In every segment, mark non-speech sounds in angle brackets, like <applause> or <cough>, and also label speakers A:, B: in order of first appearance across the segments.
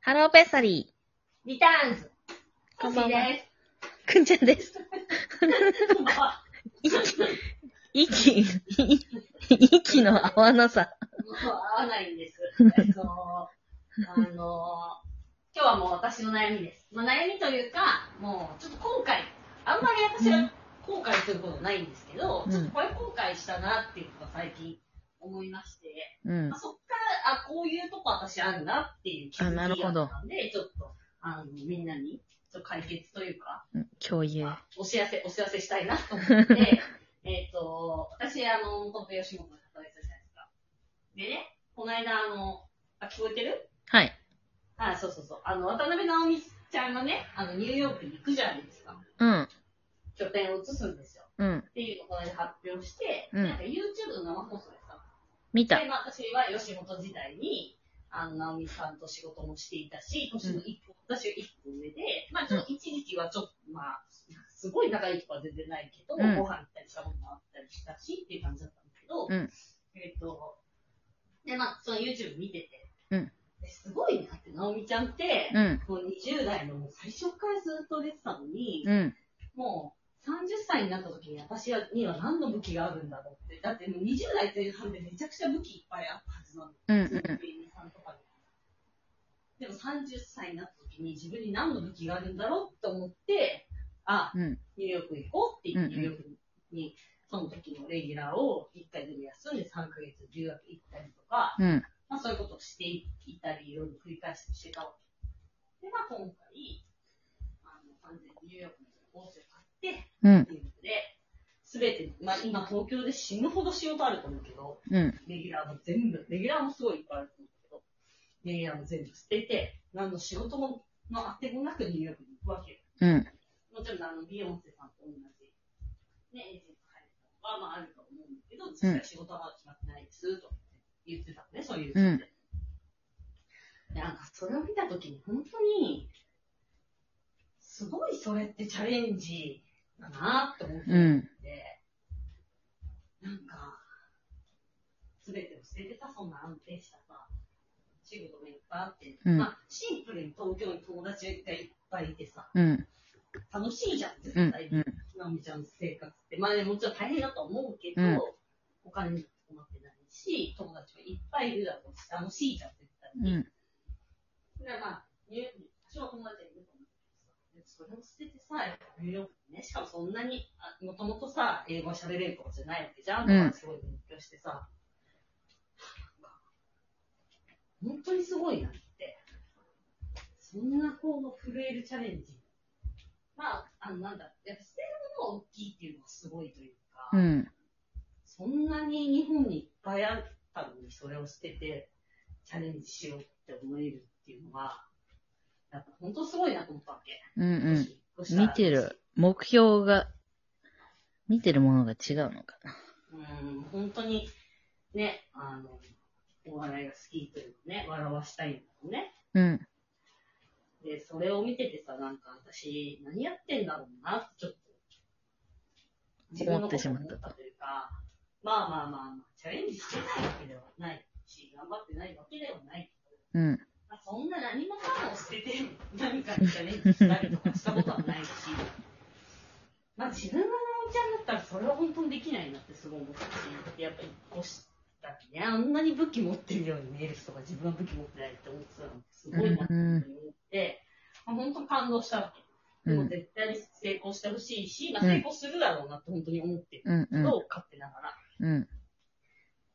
A: ハローペッサリ
B: リターンズ。
A: ー。こんばんは。
B: です。
A: くんちゃんです。
B: こんばんは。
A: 息、息の合わなさ。
B: もう合わないんです。えっと、あの、今日はもう私の悩みです。まあ、悩みというか、もうちょっと後悔、あんまり私は後悔することないんですけど、
A: うん
B: ちょっとこれ後悔したなっていうのが最近思いまして、
A: うん
B: まあ、。そっから、あ、こういうとこ私あるなっていう気づき
A: あなる
B: が
A: ほ
B: あっ
A: ど
B: たんで、ちょっと、あの、みんなに、ちょっと解決というか、
A: 共有。
B: まあお知らせ、お知らせしたいなと思って、
A: <laughs>
B: えっと、私、あの、元々吉本で働いてたじゃないですか。でね、この間、あの、あ、聞こえてる
A: はい。
B: あ、そうそうそう。あの、渡辺直美ちゃんがね、あの、ニューヨークに行くじゃないですか。
A: うん。
B: 拠点を移すんですよ。
A: うん。
B: っていうのをこの間発表して、
A: うん
B: なんか YouTube の生放送でさ、
A: 見た
B: で、。まあ、私は吉本時代に、あの、直美さんと仕事もしていたし、年の一歩、私は一歩上で、まあ、ちょっと一時期はちょっと、まあ、すごい仲いいとかは全然ないけど、
A: うん
B: ご飯行ったりしたこともあったりしたし、っていう感じだったんだけど、
A: うん
B: えっ、と、で、まあ、その YouTube 見てて、
A: うん
B: ですごいなって、直美ちゃんって、
A: うん。
B: もう20代のもう最初からずっと出てたのに、
A: うん。
B: もう30歳になった時に私には何の武器があるんだろうって。だってもう20代前半でめちゃくちゃ武器いっぱいあったはずなの。
A: うん。
B: 芸人さんとかで。でも30歳になった時に自分に何の武器があるんだろうって思って、あ、
A: うん。
B: ニューヨーク行こうって言って、
A: うん
B: ニューヨークに、その時のレギュラーを1回でも休んで3ヶ月留学行ったりとか、
A: うん。
B: まあ、そういうことをしていたり、いろいろ繰り返してしてたわけ。で、まあ、今回、あの、完全にニューヨークのコースを買って、
A: うん。
B: っていうので、すべて、まあ、今東京で死ぬほど仕事あると思うけど、
A: うん。
B: レギュラーも全部、レギュラーもすごいいっぱいあると思うけど、レギュラーも全部捨てて、何の仕事も、のあてもなくニューヨークに行くわけよ。
A: うん。
B: もちろん、あの、ビヨンセさんと同じ、ね、エージェント入るのは、まあ、あると思うんだけど、実際仕事はまだ決まってないです、と言ってたのね、そういう人って。でなんか、それを見たときに、本当に、すごいそれってチャレンジだなって思って、
A: うん。
B: なんか、すべてを捨ててた、そんな安定したさ、仕事もいっぱいあって、
A: うん
B: まあ、シンプルに東京に友達がいっぱいいてさ、
A: うん。
B: 楽しいじゃん、絶
A: う
B: 対
A: ん
B: に。。なおみちゃんの生活って、まあねもちろん大変だとは思うけど、
A: うん
B: お金にも困ってないし、友達もいっぱいいるだろうし、楽しいじゃん、絶対
A: う
B: に。
A: ん。
B: だからまあ、ニューヨークに、私は友達がいると思うけどさ、でそれを捨ててさ、やっぱニューヨークにね、しかもそんなに、あもともとさ、英語喋れる子じゃないわけじゃん、
A: うん
B: とかすごい勉強してさ、なんか本当にすごいなって、そんなこの震えるチャレンジ。まあ、あの、なんだ、やっぱ捨てるものが大きいっていうのがすごいというか、
A: うん。
B: そんなに日本にいっぱいあったのに、それを捨てて、チャレンジしようって思えるっていうのは、やっぱ本当すごいなと思ったわけ。
A: うん。うん。
B: 私
A: 見てる。。目標が、見てるものが違うのかな。
B: うん、本当に、ね、あの、お笑いが好きというかね、笑わしたいんだろうね。
A: うん。
B: で、それを見ててさ、なんか私、何やってんだろうなって、ちょっと、自分のことを思ったというか、まあまあまあまあ、チャレンジしてないわけではないし、頑張ってないわけではないけど、
A: うん。
B: まあ、そんな何もかも捨てて何かにチャレンジしたりとかしたことは
A: <laughs>
B: ないし、まあ自分が直美ちゃんだったらそれは本当にできないなってすごい思ったし、やっぱ一個したらね、あんなに武器持ってるように見える人が自分は武器持ってないって思ってたのがすごいなって思って、まあ、本当に感動したわけ。で
A: う
B: も
A: ん
B: 絶対に成功してほしいし、まあ
A: うん
B: 成功するだろうなって本当に思ってる
A: うん。
B: け
A: うん
B: ど、。勝手ながら。
A: うん。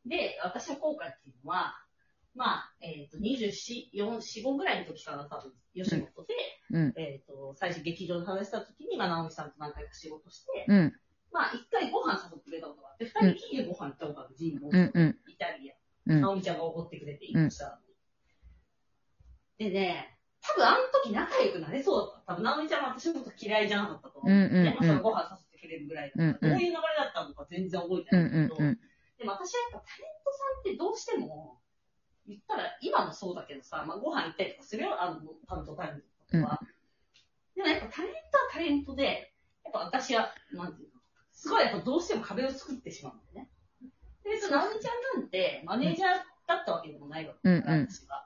B: で、私の後悔っていうのは、まあ、えっ、と、24、4、5ぐらいの時から多分、吉本で、
A: うん。
B: えっ、と、最初劇場で話した時に、まあ、直美さんと何回か仕事して、
A: うん。
B: まあ、一回ご飯誘ってくれたことがあって、二人きりでご飯行ったことがある、人
A: う
B: 望、
A: ん。うん。
B: イタリ
A: う
B: ア、
A: ん。
B: 直美ちゃんが怒ってくれて、行したのに。でね、多分あの時仲良くなれそうだった。多分直美ちゃんは私のこと嫌いじゃなかったと思う。
A: うんうんうん
B: でもそのご飯誘ってくれるぐらいだった。
A: うんうん
B: どういう流れだったのか全然覚えて
A: うん。う
B: ないんだけど、
A: ん。うん。
B: でも私はやっぱタレントさんってどうしても、言ったら今もそうだけどさ、まあ、ご飯行ったりとかするよ、あの、担当タレントとかは。でもやっぱタレントはタレントで、やっぱ私は、なんていうの、すごいやっぱどうしても壁を作ってしまうんだよね。で、その直美ちゃんなんて、マネージャーだったわけでもないわけだから、
A: うんうん
B: 私は。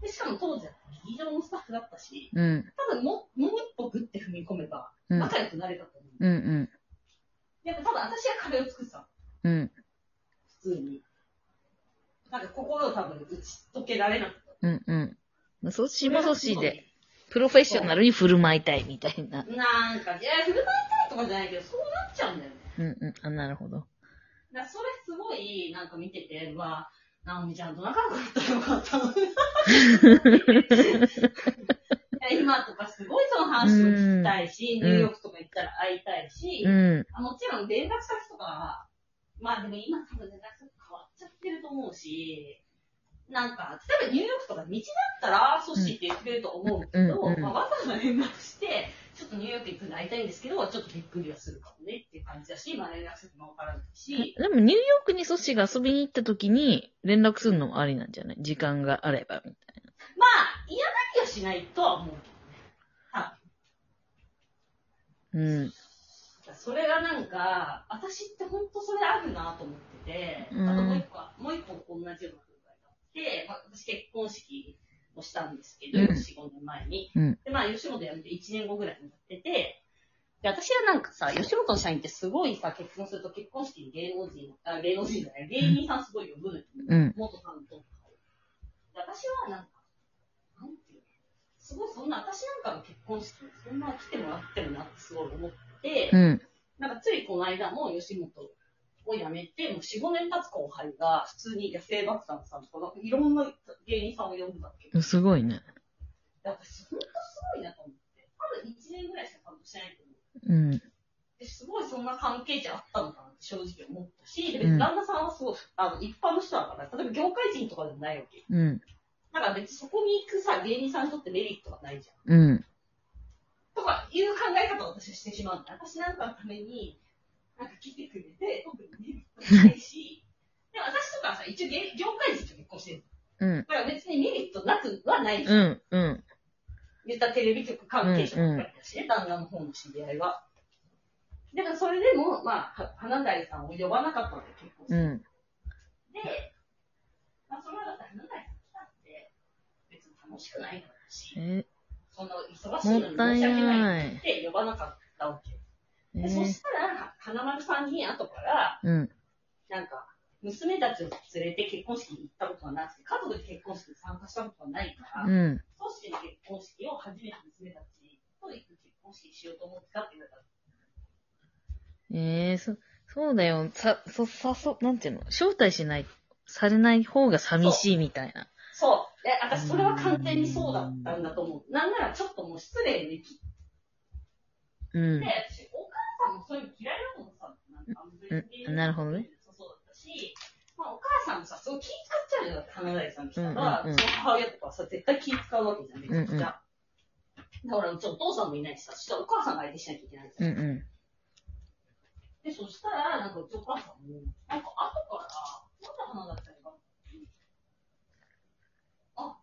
B: でしかも当時は劇場のスタッフだったし、
A: うん。
B: 多分もうもう一歩グッて踏み込めば、
A: うん。
B: 仲良くなれたと思
A: う
B: う。
A: んうん。
B: やっぱ多分私は壁を作ってたの
A: うん。
B: 普通に。なんか心を多分打ち解けられなくて。
A: うんうん。そしもそしで、。プロフェッショナルに振る舞いたいみたいな。
B: なんか、いや、振る舞いたいとかじゃないけど、そうなっちゃうんだよね。
A: うんうん。あ、なるほど。
B: だからそれすごい、なんか見てて、うわ、なおみちゃんと仲良くなったらよかったの <laughs> にいや今とかすごいその話を聞きたいし、
A: うん
B: ニューヨークとか行ったら会いたいし
A: う、ん。
B: あもちろん連絡先とかは、まあでも今多分連絡先変わっちゃってると思うし、なんか、例えばニューヨークとか道だったら、ソッシーって言ってくれると思うけど、
A: うんうんうん
B: まあ、わざわざ連絡して、ちょっとニューヨーク行くんで会いたいんですけど、ちょっとびっくりはするかもねっていう感じだし、まあ連絡先もわからないし、
A: でもニューヨークにソシが遊びに行った時に連絡するのもありなんじゃない時間があれば。
B: まあ、嫌がりはしないとは思う。
A: うん。
B: それがなんか、私って本当それあるなと思ってて、
A: うん
B: あともう一個は、もう一個同じような考えがあって、まあ、私結婚式をしたんですけど、
A: うん
B: 4、5年前に。
A: うん
B: で、まあ、吉本辞めて1年後ぐらいになってて、で、私はなんかさ、吉本の社員ってすごいさ、結婚すると結婚式に芸能人、あ芸能人じゃない、芸人さんすごい呼ぶのよ。
A: うん
B: 元さんとかを。で私はなんか、なんていうのすごいそんな、私なんかの結婚式にそんな来てもらってもなってすごい思って、
A: うん。
B: なんかついこの間も吉本を辞めて、もう4、5年経つ後輩が普通に野生爆弾さんとか、いろんな芸人さんを呼んだわけ。
A: すごいね。
B: だって本当すごいなと思って。多分1年ぐらいしか担当してないと思う。
A: うん。
B: ですごいそんな関係値あったのかなって正直思ったし、で
A: う
B: 別
A: ん
B: に旦那さんはすごい、あの、一般の人だから、例えば業界人とかでもないわけ。
A: うん。
B: だから別にそこに行くさ、芸人さんにとってメリットがないじゃん。
A: うん。
B: とかいう考え方を私はしてしまうんだ。私なんかのために、なんか来てくれて、特にメリットもないし、でも私とかはさ、一応芸業界人と結婚してる。
A: うん。
B: だから別にメリットなくはない。
A: うん。うん。
B: 言ったらテレビ局関係者ばっかりだしね、旦那の方の知り合いは。だからそれでも、まあ、は花大さんを呼ばなかったので結婚して、
A: うん。
B: で、まあ、それはだって花大さん来たって、別に楽しくないだろうし、
A: え、
B: そんな忙しい
A: も
B: のに
A: っ
B: 申
A: たい
B: し訳ないっ
A: ない。
B: て呼ばなかったわけ。
A: え
B: でそしたら、花丸さんに後から、
A: うん。
B: なんか、娘たちを連れて結婚式に行ったことはなくて、家族で結婚式に参加したことはないから、
A: うん。
B: 組織の結婚式を初めて娘たちと行く結婚式にしようと思ってたって言われたら、
A: ええそ、そうだよ。さ、そ、さ、そ、なんていうの招待しない、されない方が寂しいみたいな。
B: そう、え私それは完全にそうだったんだと思う。なんならちょっともう失礼に切って、
A: うん。
B: 私、お母さんもそういうの嫌いなのさ、なんかあんまり
A: うんなるほどね。
B: そうだったし、まあお母さんもさ、すごい気使っちゃうよ、だって花大さん来たら、
A: うんうんうん
B: その母親とかはさ、絶対気使うわけじゃん、めちゃくちゃ。
A: うんうん
B: だから、うちお父さんもいないしさ、そしたらお母さんが相手しなきゃいけないじ
A: う
B: ゃん。
A: んう
B: で、そしたら、なんかうちお母さんも、なんか後から、なんで花大さんが、あ、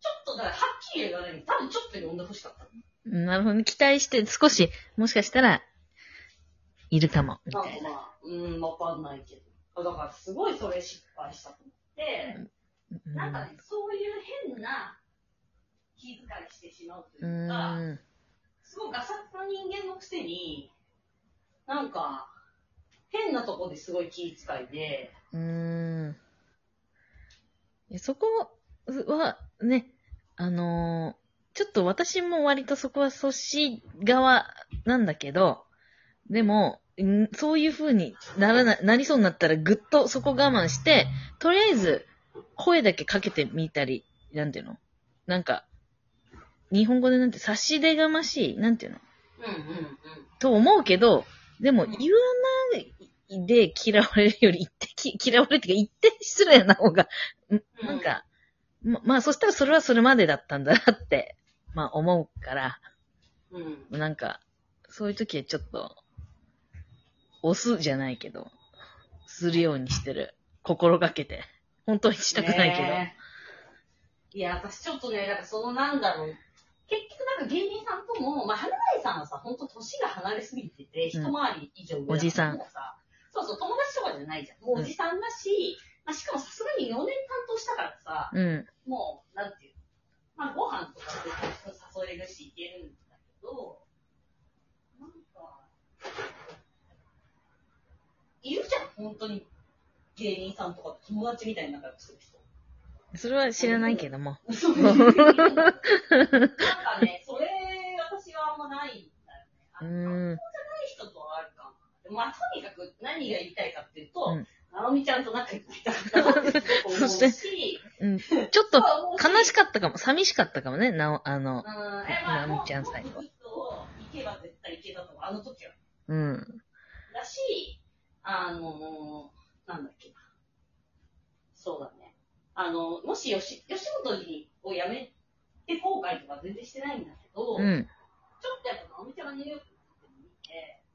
B: ちょっとだから、はっきり言わないけど、多分ちょっと呼んでほしかった。
A: ん。なるほどね。期待して、少し、もしかしたら、いるかも、み
B: なん
A: た
B: か
A: いな。
B: まあ、うん、わかんないけど。だからすごいそれ失敗したと思って、なんかね、そういう変な気遣いしてしまうと
A: う。
B: いうんか、
A: うん
B: すごいガサツな人間のくせに、なんか、変なとこですごい気遣いで、
A: うん。いやそこは、ね、あのーちょっと私も割とそこは阻止側なんだけど、でも、んそういう風にならな、なりそうになったらぐっとそこ我慢して、とりあえず声だけかけてみたり、なんていうのなんか、日本語でなんて差し出がましい、なんていうの
B: うんうんうん。
A: と思うけど、でも言わないで嫌われるより、言ってき、 <laughs> 嫌われるっていうか、言って失礼な方が、んなんか、ま、まあそしたらそれはそれまでだったんだなって、 <laughs> まあ思うから、
B: うん。
A: なんか、そういう時はちょっと、押すじゃないけど、するようにしてる。心がけて。本当にしたくないけど。
B: ねえいや、私ちょっとね、なんかそのなんだろう。結局なんか芸人さんとも、まあ、花大さんはさ、ほんと年が離れすぎてて、一
A: うん
B: 回り以上上だから
A: おじさん
B: もうさそうそう、友達とかじゃないじゃん。もうおじさんだし、まあ、しかもさすがに4年担当したからさ、
A: うん。
B: もう、なんていうの友達みたいに仲良くする人。
A: それは知らないけども。
B: そういうなんかね、それ、私はあんまないんだよね。あ
A: う
B: のない
A: ーん。
B: 人とはあるかな。まあ、とにかく何が言いたいかっていうと、
A: うん
B: 直美ちゃんと仲良くなりたかったなってすごく思う
A: そ
B: し、
A: うん、ちょっと悲し
B: く
A: かったかも、寂しかったかもね、なお、あの、
B: 直
A: 直美ちゃん最後
B: 行けば絶対行けたと思う、あの時は。
A: うん。
B: だし、あのーなんだっけな。そうだね。あの、もし吉、吉本を辞めて後悔とか全然してないんだけど、
A: うん。
B: ちょっとやっぱ、直美ちゃんがニューヨークに行って見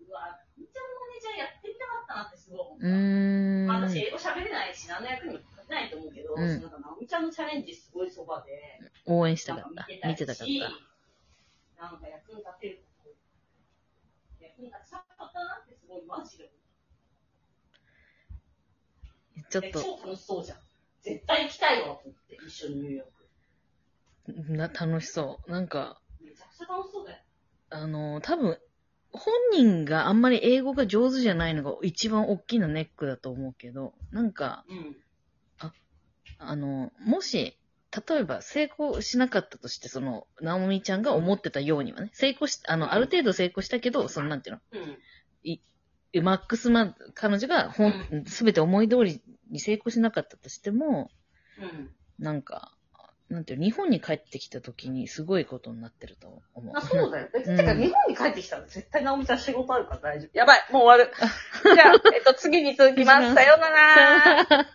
B: て、うわ、直美ちゃんのマネージャーやってみたかったなってすごい思った。
A: うーん。
B: まあ、私、英語喋れないし、何の役にも立てないと思うけど、
A: うん
B: なんか、直美ちゃんのチャレンジすごいそばで、
A: 応援した
B: なん
A: かっ
B: か
A: た。見
B: 見
A: てた
B: てた
A: か
B: し
A: っ、
B: なんか役に立てること役に立ちたかったなってすごいマジで思っ
A: た。ち
B: た
A: ょっと、
B: 超楽しそうじゃん。絶対行きたいわと思って、一緒にニューヨーク。
A: な、楽しそう。なんか、
B: めちゃくちゃ楽しそうだよ。
A: あの、多分、本人があんまり英語が上手じゃないのが一番大きなネックだと思うけど、なんか、
B: うん。
A: あの、もし、例えば成功しなかったとして、その、ナオミちゃんが思ってたようにはね、成功し、あの、ある程度成功したけど、その、なんていうの
B: うん。
A: マックスま、彼女がほん、すべて思い通りに成功しなかったとしても、なんか、なんていうの日本に帰ってきた時にすごいことになってると思
B: う
A: う。
B: ん。あ、そうだよ。え
A: うん
B: てか、日本に帰ってきたら絶対直美ちゃん仕事あるから大丈夫。やばい、もう終わる。じゃあ、えっと、次に続きます。さようなら。